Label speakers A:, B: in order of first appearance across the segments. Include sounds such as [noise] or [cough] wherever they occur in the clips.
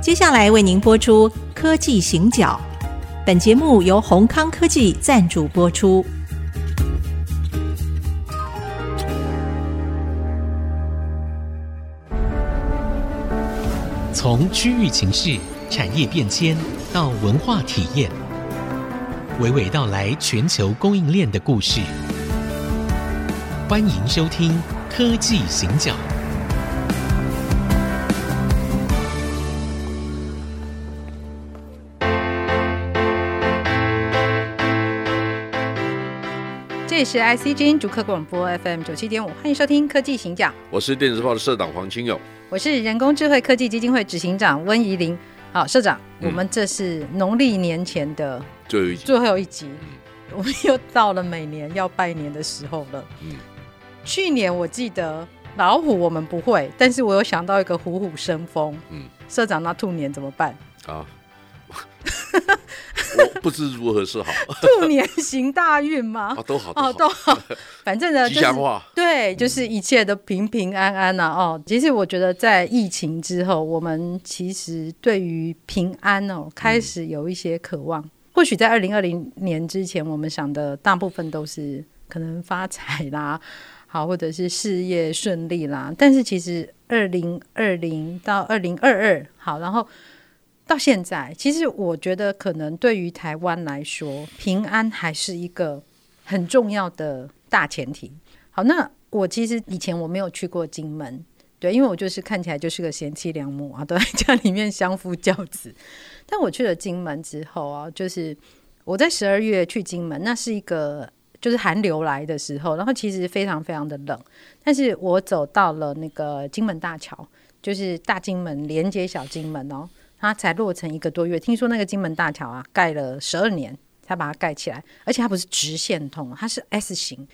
A: 接下来为您播出《科技行脚》，本节目由宏康科技赞助播出。
B: 从区域情势、产业变迁到文化体验，娓娓道来全球供应链的故事。欢迎收听《科技行脚》。
C: 这里是 IC 之音逐客广播 FM 九七点五，欢迎收听科技行讲，
D: 我是电子报的社长黄清勇。
C: 我是人工智慧科技基金会执行长温怡玲。好，社长，
D: 嗯
C: 我们这是农历年前的
D: 最后一集，
C: 最后一集，
D: 嗯
C: 我们又到了每年要拜年的时候了。
D: 嗯
C: 去年我记得老虎我们不会，但是我有想到一个虎虎生风。
D: 嗯
C: 社长，那兔年怎么
D: [laughs]
C: 办？
D: 啊，我不知如何是
C: [laughs]
D: 好
C: 兔年行大运吗
D: 啊，？都好， [laughs]
C: 哦，
D: 都
C: 都
D: 好，
C: 好，反正呢，
D: 吉
C: 就是
D: 祥话。
C: 对，就是一切的平平安安呐、哦，其实我觉得在疫情之后，我们其实对于平安哦，开始有一些渴望。或许在二零二零年之前，我们想的大部分都是可能发财啦， [laughs] 好，或者是事业顺利啦。但是其实二零二零到二零二二，好，然后到现在，其实我觉得可能对于台湾来说，平安还是一个很重要的大前提。好，那我其实以前我没有去过金门，对，因为我就是看起来就是个贤妻良母啊，都在家里面相夫教子。 [laughs] 但我去了金门之后啊，就是我在十二月去金门，那是一个就是寒流来的时候，然后其实非常非常的冷，但是我走到了那个金门大桥，就是大金门连接小金门哦，它才落成一个多月。听说那个金门大桥啊，盖了十二年才把它盖起来，而且它不是直线通，它是 S 型。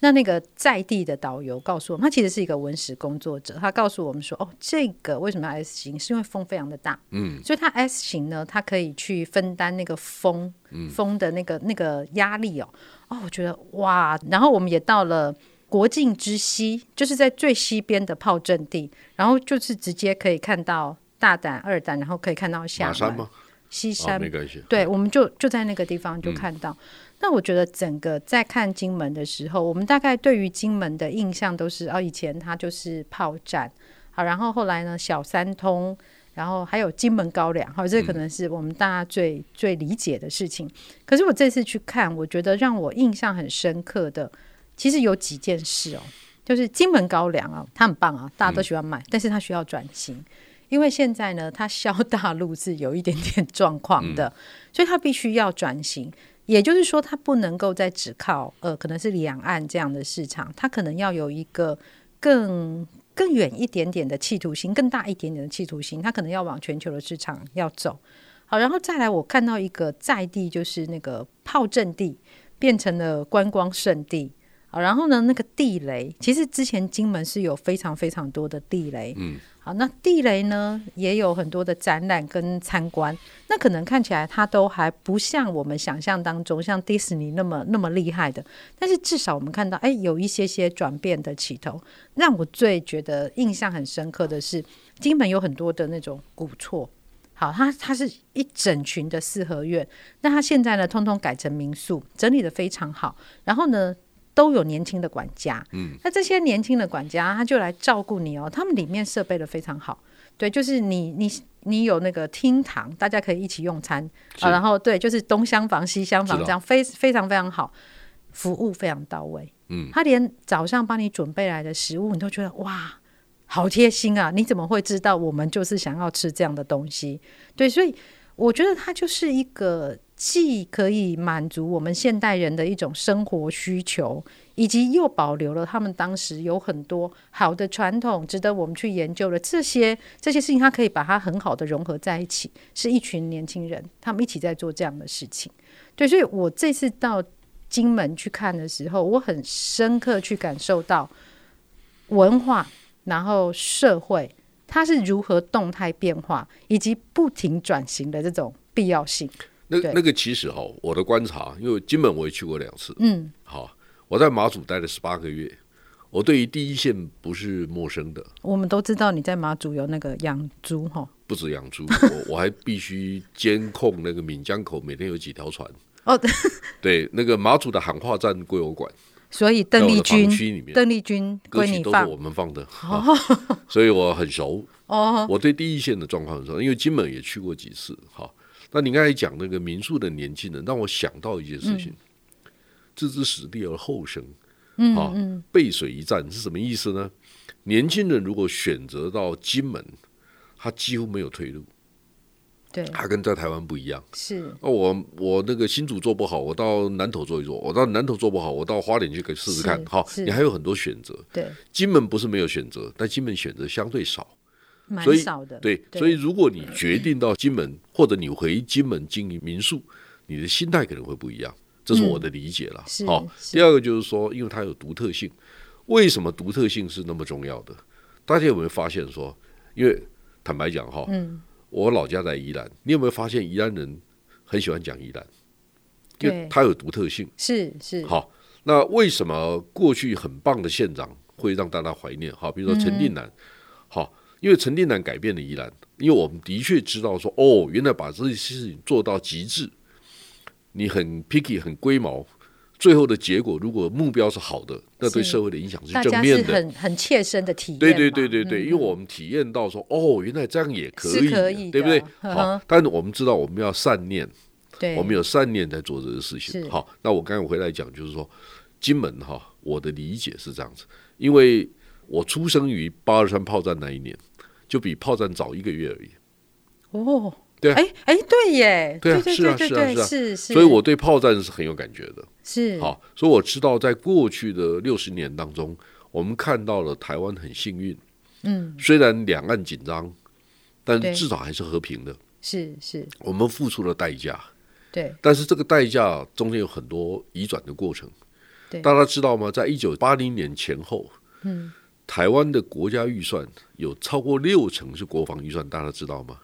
C: 那那个在地的导游告诉我们，他其实是一个文史工作者，他告诉我们说，哦，这个为什么要 S 型？是因为风非常的大，
D: 嗯，
C: 所以它 S 型呢，它可以去分担那个风，
D: 嗯
C: 风的那个那个压力哦。哦，我觉得哇，然后我们也到了国境之西，就是在最西边的炮阵地，然后就是直接可以看到大胆、二胆，然后可以看到
D: 马
C: 下
D: 山吗？
C: 西
D: 啊，
C: 山
D: 没关系。
C: 对，我们就就在那个地方就看到。那我觉得整个在看金门的时候，我们大概对于金门的印象都是，哦，以前它就是炮战，好，然后后来呢，小三通，然后还有金门高粱，好，这可能是我们大家最、最理解的事情。可是我这次去看，我觉得让我印象很深刻的，其实有几件事哦，就是金门高粱啊，它很棒啊，大家都喜欢买，但是它需要转型。因为现在呢，它销大陆是有一点点状况的，所以它必须要转型。也就是说，它不能够再只靠呃，可能是两岸这样的市场，它可能要有一个更更远一点点的企图心，更大一点点的企图心，它可能要往全球的市场要走。好，然后再来，我看到一个在地，就是那个炮阵地变成了观光圣地。好，然后呢，那个地雷，其实之前金门是有非常非常多的地雷，
D: 嗯，
C: 好，那地雷呢也有很多的展览跟参观，那可能看起来它都还不像我们想象当中像迪士尼那么那么厉害的，但是至少我们看到，哎，有一些些转变的起头。让我最觉得印象很深刻的是，金门有很多的那种古厝，好，它它是一整群的四合院，那它现在呢，通通改成民宿，整理的非常好，然后呢。都有年轻的管家，
D: 嗯，
C: 那这些年轻的管家他就来照顾你哦，他们里面设备的非常好，对，就是你你你有那个厅堂，大家可以一起用餐
D: 是
C: 啊，然后对，就是东厢房西厢房
D: 知道
C: 这样，非非常非常好，服务非常到位，
D: 嗯，
C: 他连早上帮你准备来的食物，你都觉得哇，好贴心啊！你怎么会知道我们就是想要吃这样的东西？对，所以我觉得它就是一个既可以满足我们现代人的一种生活需求，以及又保留了他们当时有很多好的传统，值得我们去研究的这些这些事情，它可以把它很好的融合在一起，是一群年轻人，他们一起在做这样的事情。对，所以我这次到金门去看的时候，我很深刻去感受到文化，然后社会它是如何动态变化，以及不停转型的这种必要性。
D: 那
C: 对
D: 那个其实哈，哦我的观察，因为金门我也去过两次，
C: 嗯，
D: 好，我在马祖待了十八个月，我对于第一线不是陌生的，
C: 我们都知道你在马祖有那个养猪哈。
D: 不止养猪， [laughs] 我我还必须监控那个闽江口每天有几条船。
C: 哦，
D: 对，那个马祖的喊话站归我管，
C: 所以邓丽
D: 在我的防区里
C: 君，
D: 面
C: 邓丽君
D: 歌
C: 归
D: 曲
C: 你
D: 都是
C: 放
D: 我们
C: [laughs]
D: 放的，啊、所以我很熟。
C: 哦，
D: 我对第一线的状况很熟，因为金门也去过几次。好，那你刚才讲那个民宿的年轻人，让我想到一件事情：
C: 嗯
D: 置之死地而后生。嗯啊，背水一战是什么意思呢？年轻人如果选择到金门，他几乎没有退路，
C: 对，
D: 他跟在台湾不一样。
C: 是
D: 哦，我我那个新竹做不好，我到南投做一做；我到南投做不好，我到花莲去给试试看
C: 是。
D: 好，
C: 是
D: 你还有很多选择。
C: 对，
D: 金门不是没有选择，但金门选择相对少。
C: 蛮
D: 所以
C: 少的，
D: 对，所以如果你决定到金门，或者你回金门经营民宿，你的心态可能会不一样，这是我的理解了。
C: 嗯是
D: 好，
C: 是
D: 第二个就是说，因为它有独特性，为什么独特性是那么重要的？大家有没有发现说，因为坦白讲哈，
C: 嗯
D: 我老家在宜兰，你有没有发现宜兰人很喜欢讲宜兰？因为
C: 对
D: 它有独特性。
C: 是是，
D: 好，那为什么过去很棒的县长会让大家怀念？好，比如说
C: 嗯
D: 陈定南，好，因为陈定南改变了宜兰，因为我们的确知道说，哦，原来把这些事情做到极致，你很 picky 很龟毛，最后的结果如果目标是好的，那对
C: 是
D: 社会的影响是
C: 大
D: 正
C: 家
D: 面
C: 是
D: 的。
C: 很很切身的体验嘛，
D: 对对对对对，
C: 嗯
D: 因为我们体验到说，哦，原来这样也可
C: 是
D: 以，
C: 可以的
D: 对不对？
C: 嗯
D: 好
C: 哼，
D: 但是我们知道我们要善念，
C: 对，
D: 我们有善念在做这个事情
C: 是。
D: 好，那我刚才回来讲，就是说金门哈，我的理解是这样子，因为我出生于八二三炮战那一年，就比炮战早一个月而已，
C: 哦，
D: 对啊
C: 哎哎，对耶，
D: 对啊
C: 对
D: 是啊
C: 对
D: 是啊
C: 对
D: 是啊
C: 是是，
D: 所以我对炮战是很有感觉的。
C: 是
D: 好，所以我知道在过去的六十年当中，我们看到了台湾很幸运，
C: 嗯
D: 虽然两岸紧张，但
C: 对
D: 是至少还是和平的。
C: 是是，
D: 我们付出了代价，
C: 对
D: 但是这个代价中间有很多移转的过程。
C: 对
D: 大家知道吗？在一九八零年前后，
C: 嗯，
D: 台湾的国家预算有超过六成是国防预算，大家知道
C: [laughs]
D: 吗？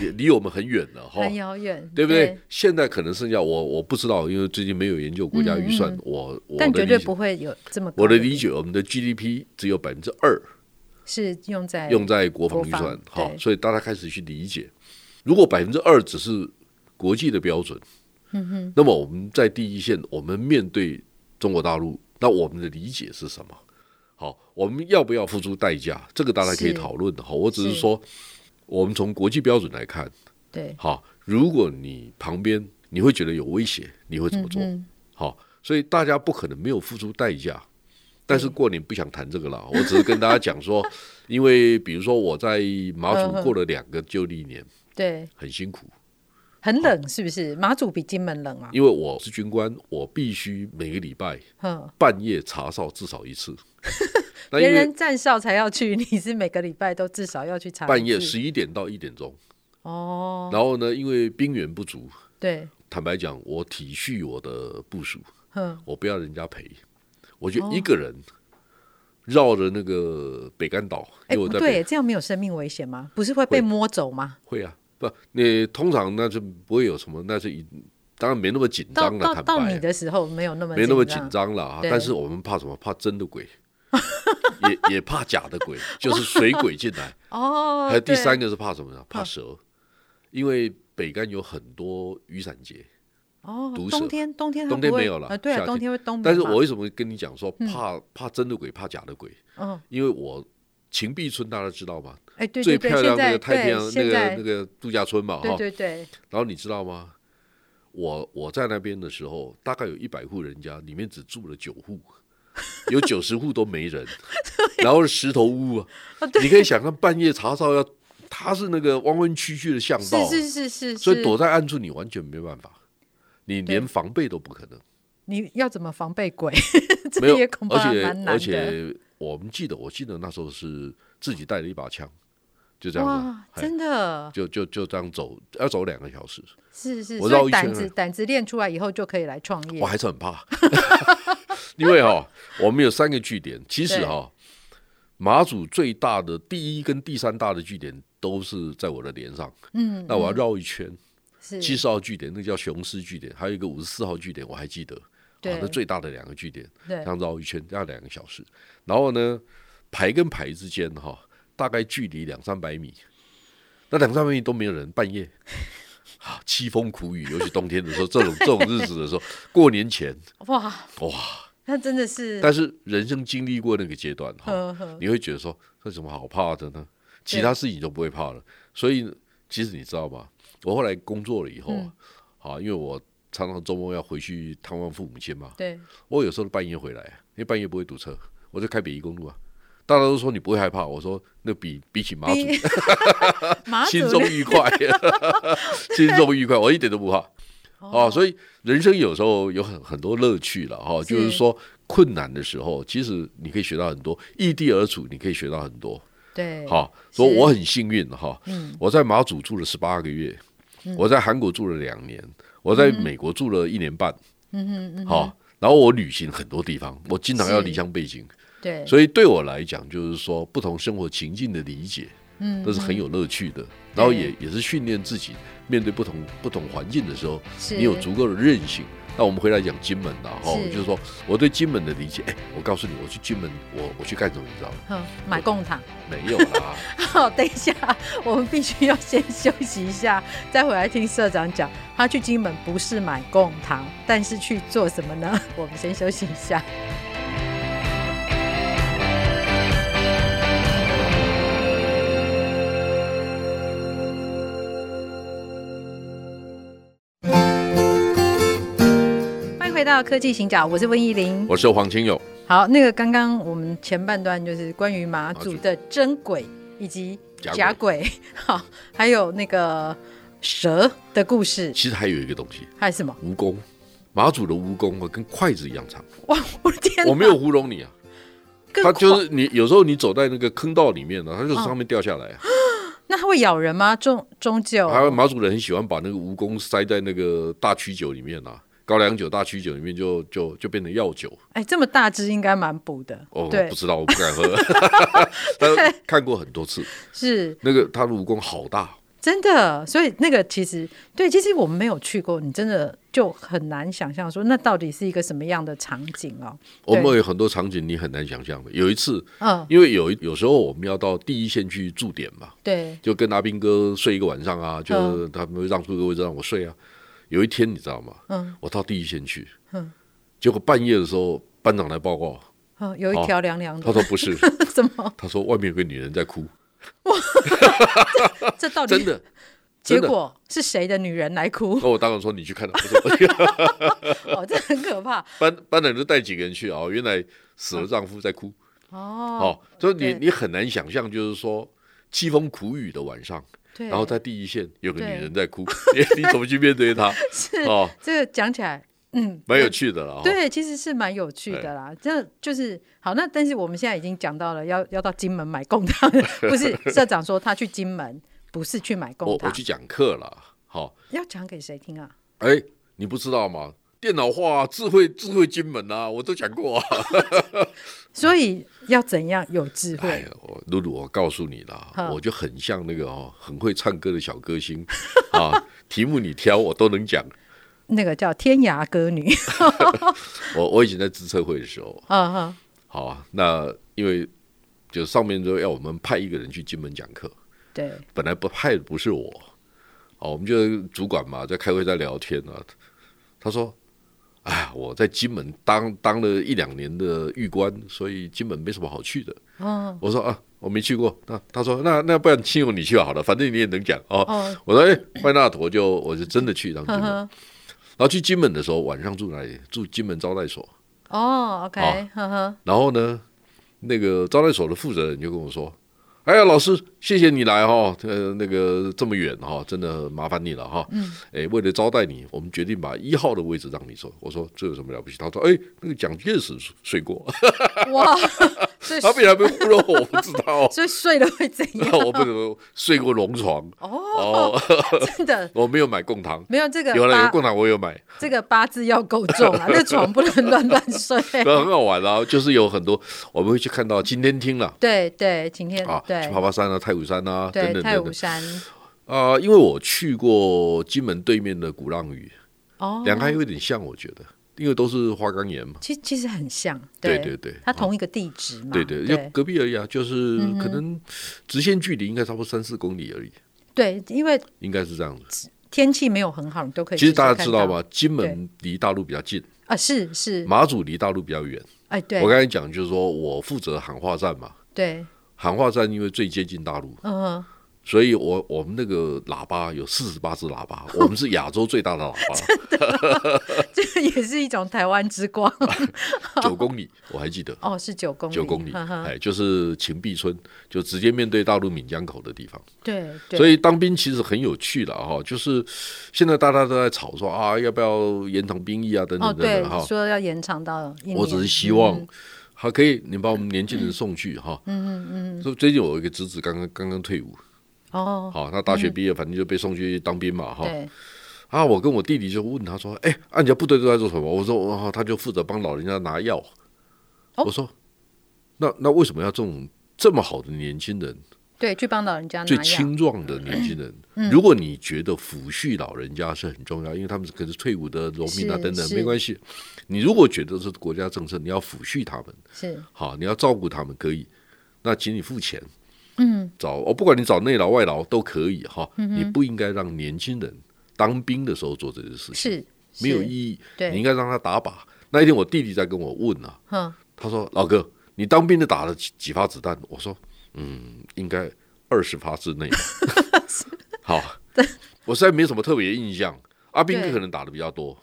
D: 也离我们很远了哈，
C: 很遥远，
D: 对不对？？现在可能剩下我我不知道，因为最近没有研究国家预算，我我的
C: 嗯但绝对
D: 理解
C: 不会有这么高
D: 我的
C: 比
D: 理解，我们的 GDP 只有百分之二
C: 是用在
D: 用在国防预算，
C: 国防
D: 哈，
C: 对
D: 所以大家开始去理解，如果百分之二只是国际的标准，嗯哼，那么我们在第一线，我们面对中国大陆，那我们的理解是什么？好，我们要不要付出代价？这个大家可以
C: 是
D: 讨论的哈。我只是
C: 是
D: 说，我们从国际标准来看，
C: 对，
D: 好，如果你旁边你会觉得有威胁，你会怎么做？
C: 嗯
D: 好，所以大家不可能没有付出代价。但是过年不想谈这个了，我只是跟大家
C: [laughs]
D: 讲说，因为比如说我在马
C: 嗯
D: 祖
C: 哼
D: 过了两个旧历年，
C: 对，
D: 很辛苦，
C: 很冷是不是？马祖比金门冷啊，
D: 因为我是军官，我必须每个礼拜
C: 哼，
D: 半夜查哨至少
C: [laughs]
D: 一次。那
C: 别
D: 因为
C: 人站哨才要去，你是每个礼拜都至少要去查一
D: 半夜
C: 次
D: 十一点到一点钟，
C: 哦，
D: 然后呢，因为兵源不足，
C: 对，
D: 坦白讲，我体恤我的部署，
C: 哼，
D: 我不要人家陪，我
C: 哦
D: 就一个人绕着那个北干岛，
C: 哎，
D: 因为
C: 不
D: 我在
C: 对耶，
D: 北
C: 这样没有生命危险吗？不是会被
D: 会
C: 摸走吗？
D: 会啊，不，你通常那就不会有什么，那是一当然没那么紧
C: 到
D: 张了，
C: 到
D: 坦
C: 到你
D: 白。
C: 的时候没有那么
D: 没那么紧张了啊，
C: 对
D: 但是我们怕什么？怕真的
C: [laughs]
D: 鬼，也也怕假的鬼，就是水鬼进来。
C: 哦。
D: 还有第
C: 对
D: 三个是怕什么呢？怕蛇，因为北干有很多雨伞节，
C: 哦，
D: 毒
C: 冬
D: 蛇
C: 天冬天它
D: 冬天
C: 不会
D: 没有了
C: 呃对
D: 夏
C: 啊，
D: 天
C: 冬天会冬眠嘛。
D: 但是我为什么跟你讲说怕怕真的鬼，怕假的鬼？
C: 嗯，
D: 因为我秦壁村大家知道吗？
C: 哎，对
D: 最
C: 对对，
D: 漂
C: 现
D: 亮那
C: 在
D: 个太平洋
C: 对
D: 那
C: 现
D: 个哦
C: 在
D: 那个度假村嘛哈
C: 对。对对，
D: 然后你知道吗？我我在那边的时候，大概有一百户人家，里面只住了九户，有九十户都
C: [laughs]
D: 没人，然后是石头屋啊，
C: 哦对，
D: 你可以想象半夜查哨要，它是那个弯弯曲曲的巷道
C: [laughs]
D: 啊，
C: 是是是是，
D: 所以
C: 是
D: 躲在暗处你完全没办法，你连
C: 对
D: 防备都不可
C: [laughs]
D: 能。
C: 你要怎么防备鬼？ [laughs]
D: 没
C: 这
D: 有
C: 也恐，怕
D: 而且
C: 蛮难
D: 而
C: 的。
D: 且我们记得，我记得那时候是自己带了一把枪，就这样子
C: 哇
D: 啊，，嘿
C: 真的
D: 就就就这样走，要走两个小时，
C: 是是，
D: 我
C: 所
D: 绕
C: 以
D: 一
C: 胆
D: 圈
C: 子
D: 了
C: 胆子练出来以后就可以来创业
D: 我。还是很怕， [laughs] 因为哈、我们有三个据点，其实哈、马祖最大的第一跟第三大的据点都是在我的脸上，
C: 嗯，
D: 那我要绕一圈，
C: 是
D: 七十号据点，那个叫雄狮据点，还有一个五十四号据点，我还记得。
C: 对
D: 好，那最大的两个据点，
C: 对
D: 这，样绕一圈要两个小时。然后呢，排跟排之间哈、大概距离两三百米，那两三百米都没有人，半夜。 [laughs] 啊，凄风苦雨，尤其冬天的时
C: [laughs]
D: 候，这种这种日子的时候，过年前
C: 哇，
D: 哇，
C: 那真的是，
D: 但是人生经历过那个阶段哈，
C: 呵呵，
D: 你会觉得说这有什么好怕的呢？其
C: 嗯对
D: 他事情都不会怕了。所以其实你知道吗？我后来工作了以后
C: 嗯
D: 啊，好、因为我常常周末要回去探望父母亲嘛，
C: 对，
D: 我有时候半夜回来，啊因为半夜不会堵车，我就开北宜公路啊。大家都说你不会害怕，我说那比比起马祖 [laughs]
C: 比马祖
D: 轻松愉快， [laughs] 轻松愉快，我一点都不怕。哦，所以人生有时候有很很多乐趣了哈、哦，就是说困难的时候，其实你可以学到很多，异地而处你可以学到很多。
C: 对，嗯
D: 哈、所以我很幸运哈、我在马祖住了十八个月，我在韩国住了两年，
C: 嗯
D: 我在美国住了一年半，嗯嗯嗯，好、然后我旅行很多地方，我经常要
C: 是
D: 离乡背景，
C: 对，
D: 所以对我来讲，就是说不同生活情境的理解，嗯，都是很有乐趣的。然后也也是训练自己面对不同不同环境的时候，
C: 是
D: 你有足够的韧性。那我们回来讲金门啦，哈，
C: 是
D: 就是说我对金门的理解，哎，我告诉你，我去金门，我我去干什么，你知道吗？
C: 哼买贡糖。
D: 没有
C: [laughs]
D: 啦，
C: 好，等一下，我们必须要先休息一下，再回来听社长讲，他去金门不是买贡糖，但是去做什么呢？我们先休息一下。欢迎回到科技行脚，我是温依玲，
D: 我是黄清友。
C: 好，那个刚刚我们前半段就是关于马祖的真鬼以及
D: 假
C: 假鬼， [laughs] 好，还有那个蛇的故事，
D: 其实还有一个东西，
C: 还有什么？ [laughs]
D: 蜈蚣，马祖的蜈蚣啊，跟筷子一样长。
C: 哇，我的天哪！
D: 我没有糊弄你啊，
C: 更
D: 它
C: 狂，
D: 就是你有时候你走在那个坑道里面呢、它
C: 嗯
D: 就从上面掉下来啊。
C: 那它会咬人吗？终终究
D: 还有马祖人很喜欢把那个蜈蚣塞在那个大曲酒里面啊，高粱酒、大曲酒里面就就就变成药酒。
C: 哎，这么大只应该蛮补的，
D: 哦，
C: 对
D: 不，知道，我不
C: [laughs]
D: 敢喝，但是看过很多次。
C: 是
D: 那个它的蜈蚣好大，
C: 真的。所以那个其实对，其实我们没有去过，你真的就很难想象说那到底是一个什么样的场景哦。
D: 我们
C: 对
D: 有很多场景你很难想象的。有一次，
C: 嗯，
D: 因为有一有时候我们要到第一线去驻点嘛，
C: 对，
D: 就跟阿兵哥睡一个晚上啊，
C: 嗯
D: 就是他们会让出个位置让我睡啊。有一天你知道吗？
C: 嗯
D: 我到第一线去，
C: 嗯
D: 结果半夜的时候班长来报告，
C: 嗯，有一
D: 好
C: 条凉凉
D: 哦他
C: 的，
D: 说不
C: [laughs]
D: 是，
C: 怎么？
D: 他说外面有个女人在哭，
C: 哦这到底
D: 真的。
C: 结
D: 真的
C: 果是谁的女人来
D: [laughs]
C: 哭？
D: 那我当然说你去看他，不是
C: [laughs]
D: 我
C: 哦，这很可怕
D: 班班长就带几个人去啊、哦，原来死了丈夫在哭，
C: 哦。
D: 哦，所以你
C: 对
D: 你很难想象，就是说凄风苦雨的晚上，
C: 对，
D: 然后在第一线有个女
C: 对
D: 人在哭， [laughs] 你你怎么去面对她？
C: [laughs] 是
D: 哦，
C: 这个讲起来，嗯，
D: 蛮有趣的了、哦。哎
C: 对，其实是蛮有趣的啦。这就是好，那但是我们现在已经讲到了要要到金门买贡糖，
D: [laughs]
C: 不是社长说他去金门不是去买
D: 我
C: 贡
D: 我
C: 糖，
D: 去讲课哦了，好、
C: 要讲给谁听啊？
D: 哎，你不知道吗？电脑化、智慧、智慧金门啊，我都讲过啊。
C: 所以要怎样有智
D: 哎
C: 慧
D: 呀，我露露，我告诉你啦
C: 好，
D: 我就很像那个哦，很会唱歌的小歌星 [laughs] 啊。题目你挑，我都能讲。
C: 那个叫天涯歌女，
D: [laughs] 我我以前在自测会的时候，
C: 嗯嗯，
D: 好啊，那因为就上面就要我们派一个人去金门讲课，
C: 对，
D: 本来不派的不是我，哦，我们就主管嘛，在开会在聊天啊。他说：“哎，我在金门当当了一两年的狱官，所以金门没什么好去的。”
C: 嗯
D: 我说：“啊，我没去过。那”他说：“那那不然亲友你去好了，反正你也能讲哦。
C: 哦
D: 我说：“哎，麦纳陀就我就真的去一趟金
C: 呵 [laughs]
D: 门。
C: 呵，
D: 然后去金门的时候，晚上住哪里？住金门招待所。
C: 哦，OK，呵
D: 好
C: 呵，
D: 然后呢，那个招待所的负责人就跟我说：“哎呀，老师，谢谢你来哈、呃，那个这么远哈、真的麻烦你了哈、嗯，哎，为了招待你，我们决定把一号的位置让你坐。”我说：“这有什么了不起？”他说：“哎，那个蒋介石睡过， [laughs]
C: 哇，所以。
D: 他被他们糊弄我，我不知道啊
C: 所以睡了会怎
D: [laughs]
C: 样？
D: 我不能睡过龙床
C: 哦，
D: 哦，
C: 真的
D: 我没有买贡糖，
C: 没有这个
D: 有了有
C: 八
D: 贡糖我有
C: [laughs]
D: 买，
C: 这个八字要够重
D: [laughs]
C: 啊，那床不能乱乱睡。
D: 那很好玩啊，就是有很多我们会去看到今天听了
C: 对对，晴天
D: 啊，
C: 对
D: 去爬爬山啊、太武山啊等
C: 对
D: 等
C: 太
D: 等
C: 武
D: 等。
C: 山
D: 啊、因为我去过金门对面的鼓浪屿，
C: 哦，
D: 两岸有点像，我觉得因为都是花岗岩嘛。
C: 其其实很像，
D: 对对对，
C: 它同一个地址嘛，
D: 对
C: 对嗯
D: 对，就隔壁而已啊，就是可能直线距离应该差不多三四公里而已，
C: 对因为
D: 应该是这样子。
C: 天气没有很好，你都可以
D: 其实
C: 试试看
D: 大
C: 到。
D: 家知道吧，金门离大陆比较近，
C: 啊，是是，
D: 马祖离大陆比较远。
C: 哎，对
D: 我刚才讲就是说我负责喊话站嘛，
C: 对，
D: 喊话站因为最接近大陆，
C: 嗯 [laughs] 哼，
D: 所以我我们那个喇叭有四十八只喇
C: [laughs]
D: 叭，我们是亚洲最大的喇
C: 这个也是一种台湾之
D: [laughs]
C: 光。
D: 叭，九公里我还记得。
C: 哦，是九公里，
D: 九公里，
C: 呵呵
D: 哎，就是秦壁村，就直接面对大陆闽江口的地方。
C: 对对，
D: 所以当兵其实很有趣了哈，就是现在大家都在吵说啊，要不要延长兵役啊，等
C: 哦
D: 等等
C: 对
D: 等哈，。
C: 说要延长到一年，嗯
D: 我只是希望还可以，你把我们年轻人送去哈。嗯嗯嗯。就最近我有一个侄子刚刚刚刚退伍，
C: 哦，
D: 好，他大学毕业反正就被送去当兵嘛哈。
C: 对，
D: 啊，我跟我弟弟就问他说：“哎、啊，你家部队都在做什么？”我说：“哦，他就负责帮老人家拿药。
C: 哦
D: 我说：“那那为什么要这种这么好的年轻人，
C: 对，去帮老人嗯家拿
D: 最
C: 药，嗯
D: 青壮的年轻人？如果你觉得抚恤老人家是很重要，因为他们可能是退伍的农民啊
C: 是
D: 等等，
C: 是
D: 没关系。你如果觉得这是国家政策，你要抚恤他们，
C: 是
D: 好，你要照顾他们可以，那请你付钱。”嗯，找哦，不管你找内劳外劳都可以哈，
C: 嗯
D: 你不应该让年轻人当兵的时候做这些事情。
C: 是
D: 没有
C: 是
D: 意义。
C: 对
D: 你应该让他打靶。那一天我弟弟在跟我问啊，
C: 哼，
D: 他说：“老哥，你当兵的打了几几发子弹？”我说：“嗯，应该二十发之
C: [laughs]
D: 内吧。”好，啊我实在没什么特别印象。阿兵
C: 对
D: 哥可能打的比较多，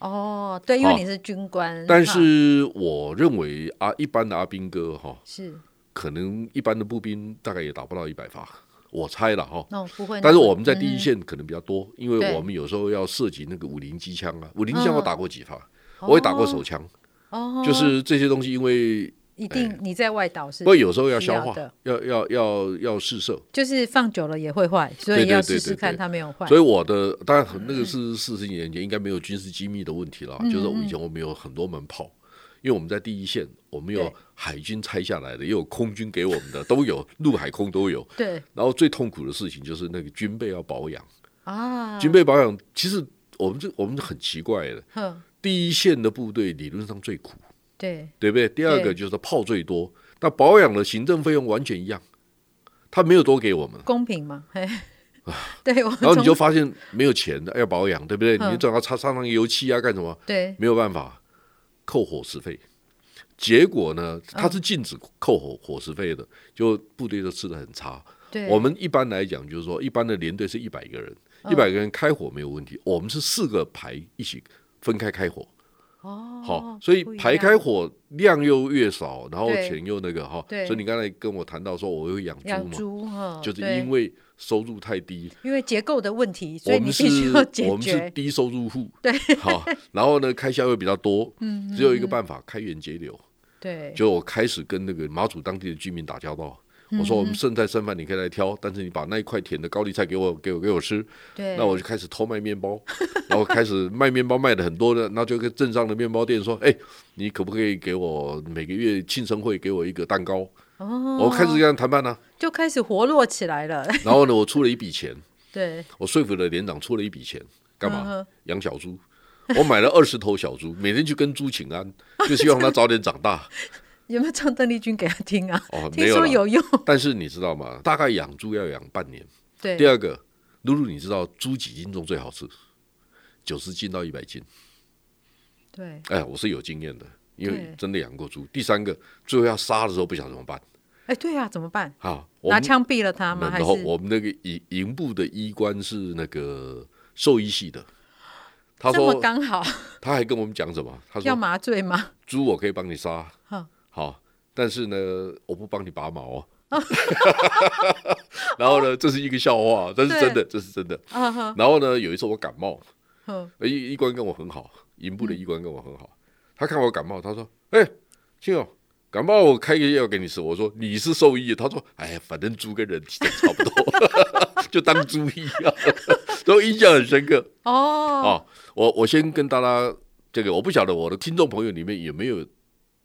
C: 哦，对，因为
D: 好
C: 你是军官，
D: 但
C: 哈
D: 是我认为啊，一般的阿兵哥哈，
C: 是
D: 可能一般的步兵大概也打不到一百发，我猜了哈。
C: 哦那我不会，
D: 但是我们在第一线可能比较多，因为
C: 对
D: 我们有时候要涉及那个五零机枪啊，五零机枪
C: 嗯
D: 我打过几发，我也打过手枪，
C: 哦，
D: 就是这些东西，因为
C: 一定你在外岛是
D: 哎不过有时候要消
C: 需
D: 化
C: 的，
D: 要要要要试射，
C: 就是放久了也会坏，所
D: 对
C: 以
D: 对
C: 要
D: 对
C: 试试
D: 对
C: 看
D: 对
C: 它没有坏
D: 所。以我的当然很那
C: 嗯
D: 个是四十几年前，应该没有军事机密的问题了。就是我以
C: 嗯
D: 前我们有很多门炮，因为我们在第一线，我们有
C: 对
D: 海军拆下来的，也有空军给我们的，都有陆海空都有。
C: 对
D: 然后最痛苦的事情就是那个军备要保养，
C: 啊，
D: 军备保养其实我们这我们很奇怪的，
C: 哼，
D: 第一线的部队理论上最苦，
C: 对
D: 对不对？第二
C: 对
D: 个就是炮最多，那保养的行政费用完全一样，他没有多给我们。
C: 公平嘛，嘿，对我
D: 然后你
C: 从
D: 就发现没有钱要保养，对不对？
C: 嗯
D: 你总要擦擦那个油漆啊，干什么？
C: 对
D: 没有办法，扣伙食费。结果呢，
C: 嗯
D: 他是禁止扣伙伙食费的，就部队都吃的很差。
C: 对，
D: 我们一般来讲，就是说一般的连队是一百个人，
C: 嗯
D: 一百个人开火没有问题。我们是四个排一起分开开火，
C: 哦，
D: 好，所以
C: 不一
D: 排
C: 样
D: 开火量又越少，然后
C: 对
D: 钱又那个哈。
C: 对
D: 所以你刚才跟我谈到说我会养猪
C: 养
D: 嘛，
C: 猪哈，
D: 就是
C: 对
D: 因为收入太低，
C: 因为结构的问题，所
D: 我
C: 以你
D: 们
C: 必须要
D: 是，
C: 解
D: 我们是
C: 决。
D: 低收入户，对，好，然后呢，开销又比较多，嗯，只有一个办法，开源节流。
C: 对，
D: 就我开始跟那个马祖当地的居民打交道，
C: 嗯
D: 我说我们剩菜剩饭你可以来挑，但是你把那一块田的高丽菜给我给我给我吃，
C: 对，
D: 那我就开始偷卖面包，然后开始卖面包卖的很多的，那就跟镇上的面包店说，哎，你可不可以给我每个月庆生会给我一个蛋糕？
C: 哦，
D: 我开始跟他谈判呢，
C: 就开始活络起来了。 [laughs]
D: 然后呢，我出了一笔钱， [laughs]
C: 对，
D: 我说服了连长出了一笔钱，干
C: 嗯
D: 嘛
C: 哼？
D: 养小猪。我买了二十头小猪，每天去跟猪请安，就希望它早点长大。
C: 有没有唱邓丽君给他听啊？[laughs]
D: 哦
C: 听
D: 没有
C: 说
D: 啦
C: 有用。
D: [laughs] 但是你知道吗？大概养猪要养半年。
C: 对，
D: 第二个，露露，你知道猪几斤重最好吃？九十斤到一百斤。
C: 对，
D: 哎，我是有经验的，因为
C: 对
D: 真的养过猪。第三个，最后要杀的时候不想怎么办？
C: 哎，对啊，怎么办？
D: 好，我
C: 拿
D: 们
C: 枪毙了他吗？还
D: 然后
C: 是
D: 我们那个营营部的医官是那个兽医系的，他
C: 这么
D: 说
C: 刚好
D: 他还跟我们讲什么？他说
C: [laughs] 要麻醉
D: [laughs]
C: 吗？
D: 猪我可以帮你杀
C: 哼，
D: 好，但是呢，我不帮你拔毛哦。 [laughs] 然后呢，这是一个笑话，这是真的，这是真的。
C: 啊 [laughs] 哈，
D: 然后呢，有一次我感冒，
C: 哼
D: 医医官跟我很好，营部的
C: 嗯
D: 医官跟我很好，他看我感冒，他说：“哎、亲友，感冒我开个药给你吃。”我说：“你是兽医。”他说：“哎呀，反正猪跟人体都差不多， [laughs] 就当猪一样。” [laughs] 所以我印象很深刻。
C: 哦，
D: 哦，我我先跟大家这个，我不晓得我的听众朋友里面有没有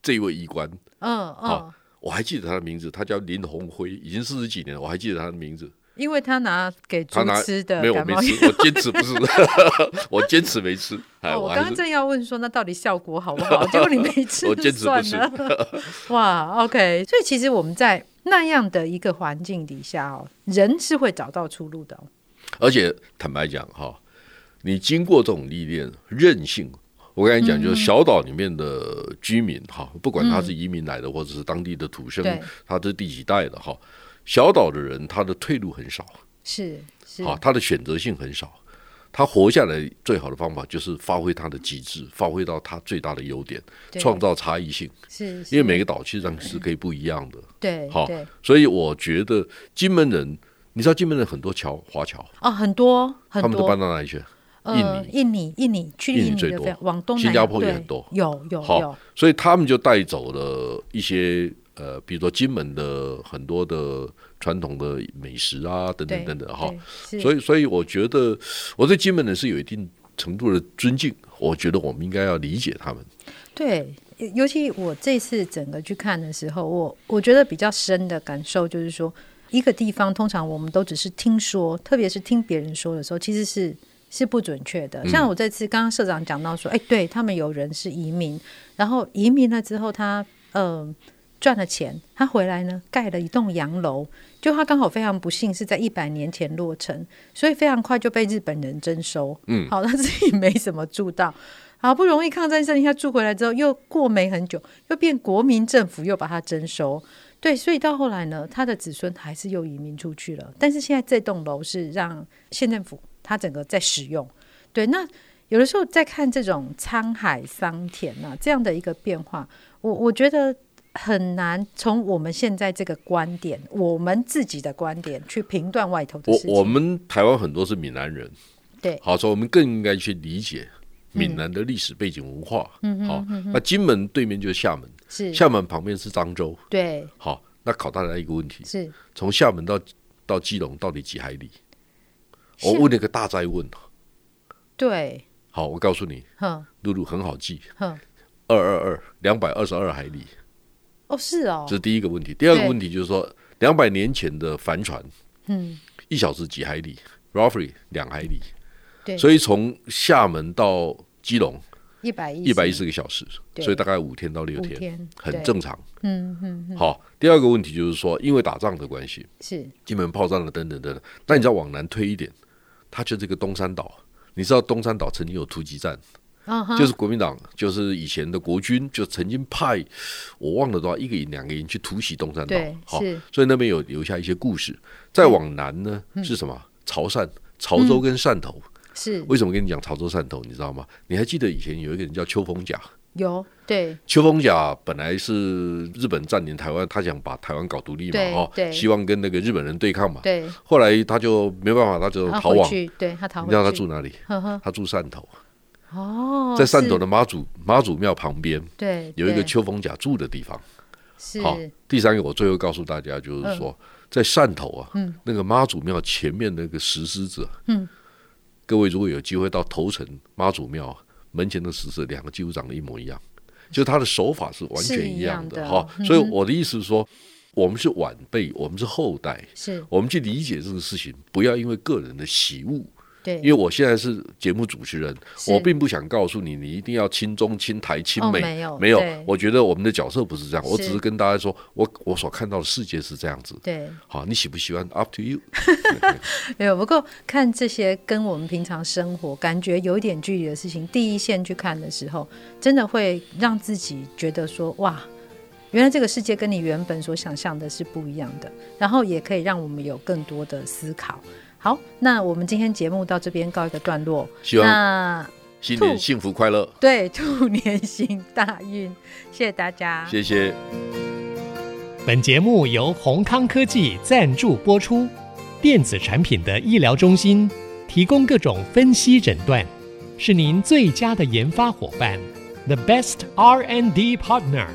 D: 这一位医官，
C: 嗯嗯
D: 哦好，我还记得他的名字，他叫林鸿辉，已经四十几年了，我还记得他的名字。
C: 因为他拿给猪
D: 他拿
C: 吃的
D: 没有，我
C: 感
D: 没
C: 冒药。 [laughs]
D: 吃， [laughs] 我坚持不是，我坚持没吃。哎，
C: 哦，
D: 我
C: 我
D: 还
C: 刚刚
D: 是
C: 正要问说，那到底效果好不
D: [laughs]
C: 好？结果你没吃，
D: 我坚持不
C: 算
D: 吃
C: 了。 [laughs] 哇，OK，所以其实我们在那样的一个环境底下哦，人是会找到出路的哦、
D: 而且坦白讲哈，你经过这种历练，韧性，我刚才讲
C: 嗯
D: 就是小岛里面的居民哈，不管他是移民来的，或者是当地的土生
C: 对，
D: 他是第几代的哈，小岛的人他的退路很少，
C: 是是，
D: 好，他的选择性很少。他活下来最好的方法就是发挥他的极致，发挥到他最大的优点，
C: 对
D: 创造差异性。
C: 是，是
D: 因为每个岛其实上是可以不一样的。
C: 对
D: 好
C: 对
D: 所以我觉得金门人，你知道金门人很多桥华侨，
C: 哦，很多
D: 他
C: 很
D: 们都搬
C: 多，
D: 到哪里去？
C: 呃，
D: 印
C: 印尼印尼去
D: 印尼
C: 印尼
D: 最
C: 的
D: 多
C: 非常往东南
D: 新加
C: 亚
D: 坡也
C: 对
D: 很多
C: 有有有
D: 好，，所以他们就带走了一些呃，比如说金门的很多的传统的美食啊，等等
C: 对
D: 等等哈。，
C: 所
D: 所
C: 以
D: 以，所以我觉得我对金门人是有一定程度的尊敬，我觉得我们应该要理解他们。
C: 对。尤尤其我这次整个去看的时候，我我觉得比较深的感受就是说，一个地方通常我们都只是听说，特别是听别人说的时候，其实是是不准确
D: 嗯
C: 的。像我这次刚刚社长讲到说，哎，对他们有人是移民，然后移民了之后他，呃赚了钱，他回来呢盖了一栋洋楼，就他刚好非常不幸是在一百年前落成，所以非常快就被日本人征收。嗯，好，他自己没怎么住到，好不容易抗战胜利，他住回来之后又过没很久，又变国民政府又把他征收。对，所以到后来呢，他的子孙还是又移民出去了。但是现在这栋楼是让县政府他整个在使用。对，那有的时候在看这种沧海桑田啊这样的一个变化，我我觉得很难从我们现在这个观点，我们自己的观点去评断外头的
D: 我
C: 事
D: 我
C: 情。
D: 们台湾很多是闽南人，
C: 对嗯
D: 好，所以我们更应该去理解闽南的历史背景文化。嗯，好，那金门对面就是厦门，
C: 是，
D: 厦门旁边是漳州。
C: 对，
D: 好，那考大家一个问题：
C: 是
D: 从厦门到到基隆到底几海里？
C: 厦
D: 我问了一个大灾问。
C: 对，
D: 好，我告诉你，
C: 哼
D: 露露很好记，
C: 哼，
D: 二二二，两百二十二海里，
C: 哦，是哦
D: 这，是第一个问题。第二个
C: 对
D: 问题就是说，两百年前的帆船
C: 嗯，
D: 一小时几海里 r o f r y 两海里，
C: 对，
D: 所以从厦门到基隆
C: 一百一，
D: 一百一，十个小时，
C: 对
D: 所以大概五天到六
C: 五
D: 天，
C: 天，
D: 很
C: 对，
D: 正常。
C: 嗯嗯，
D: 好，第二个问题就是说，因为打仗的关系，
C: 是
D: 金门炮战了等等等等，那你再往南推一点，它就是一个东山岛。你知道东山岛曾经有突击战，
C: 啊哈，
D: 就是国民党，就是以前的国军，就曾经派我忘了多少一个营、两个营去突袭东山岛
C: 对，
D: 好
C: 是，
D: 所以那边有留下一些故事。再往南呢
C: 嗯
D: 是什么？潮汕、潮州跟汕头。
C: 是
D: 为什么跟你讲潮州汕头？你知道吗？你还记得以前有一个人叫邱逢甲？
C: 有对
D: 邱逢甲本来是日本占领台湾，他想把台湾搞独立嘛，
C: 对
D: 哈、
C: 对
D: 希望跟那个日本人对抗嘛。
C: 对，
D: 后来他就没办法，他就
C: 他
D: 逃
C: 回
D: 往。
C: 去，对他逃
D: 你
C: 回
D: 知道他
C: 去
D: 住，哪里？
C: 呵呵，
D: 他住汕头，
C: 哦，
D: 在汕
C: 是
D: 头的妈祖妈祖庙旁边
C: 对
D: 有一个
C: 对
D: 邱逢甲住的地方。好
C: 是，嗯
D: 第三个我最后告诉大家就是说，在汕头啊，那个妈祖庙前面那个石狮子，嗯，各位如果有机会到头城妈祖庙啊门前的石狮，两个几乎长得一模一样，就它的手法是完
C: 是
D: 全
C: 一
D: 一样
C: 样
D: 的
C: 的嗯
D: 哈。所以我的意思是说，我们是晚辈，我们是后代，
C: 是
D: 我们去理解这个事情，不要因为个人的喜恶。
C: 对，
D: 因为我现在是节目主持人，
C: 是
D: 我并不想告诉你，你一定要亲中、亲台、亲
C: 哦
D: 美，
C: 没有对
D: 我觉得我们的角色不是这样，我
C: 是
D: 只是跟大家说，我我所看到的世界是这样子。
C: 对，
D: 好，你喜不喜欢？Up
C: [laughs]
D: to you。
C: 没有，不过看这些跟我们平常生活感觉有一点距离的事情，第一线去看的时候，真的会让自己觉得说哇，原来这个世界跟你原本所想象的是不一样的，然后也可以让我们有更多的思考。好，那我们今天节目到这边告一个段落。
D: 希望
C: 那
D: 新年
C: 兔
D: 幸福快乐，
C: 对兔 [laughs] 年行大运，谢谢大家，
D: 谢谢。
B: 本节目由宏康科技赞助播出。电子产品的医疗中心提供各种分析诊断，是您最佳的研发伙伴，The best R&D partner。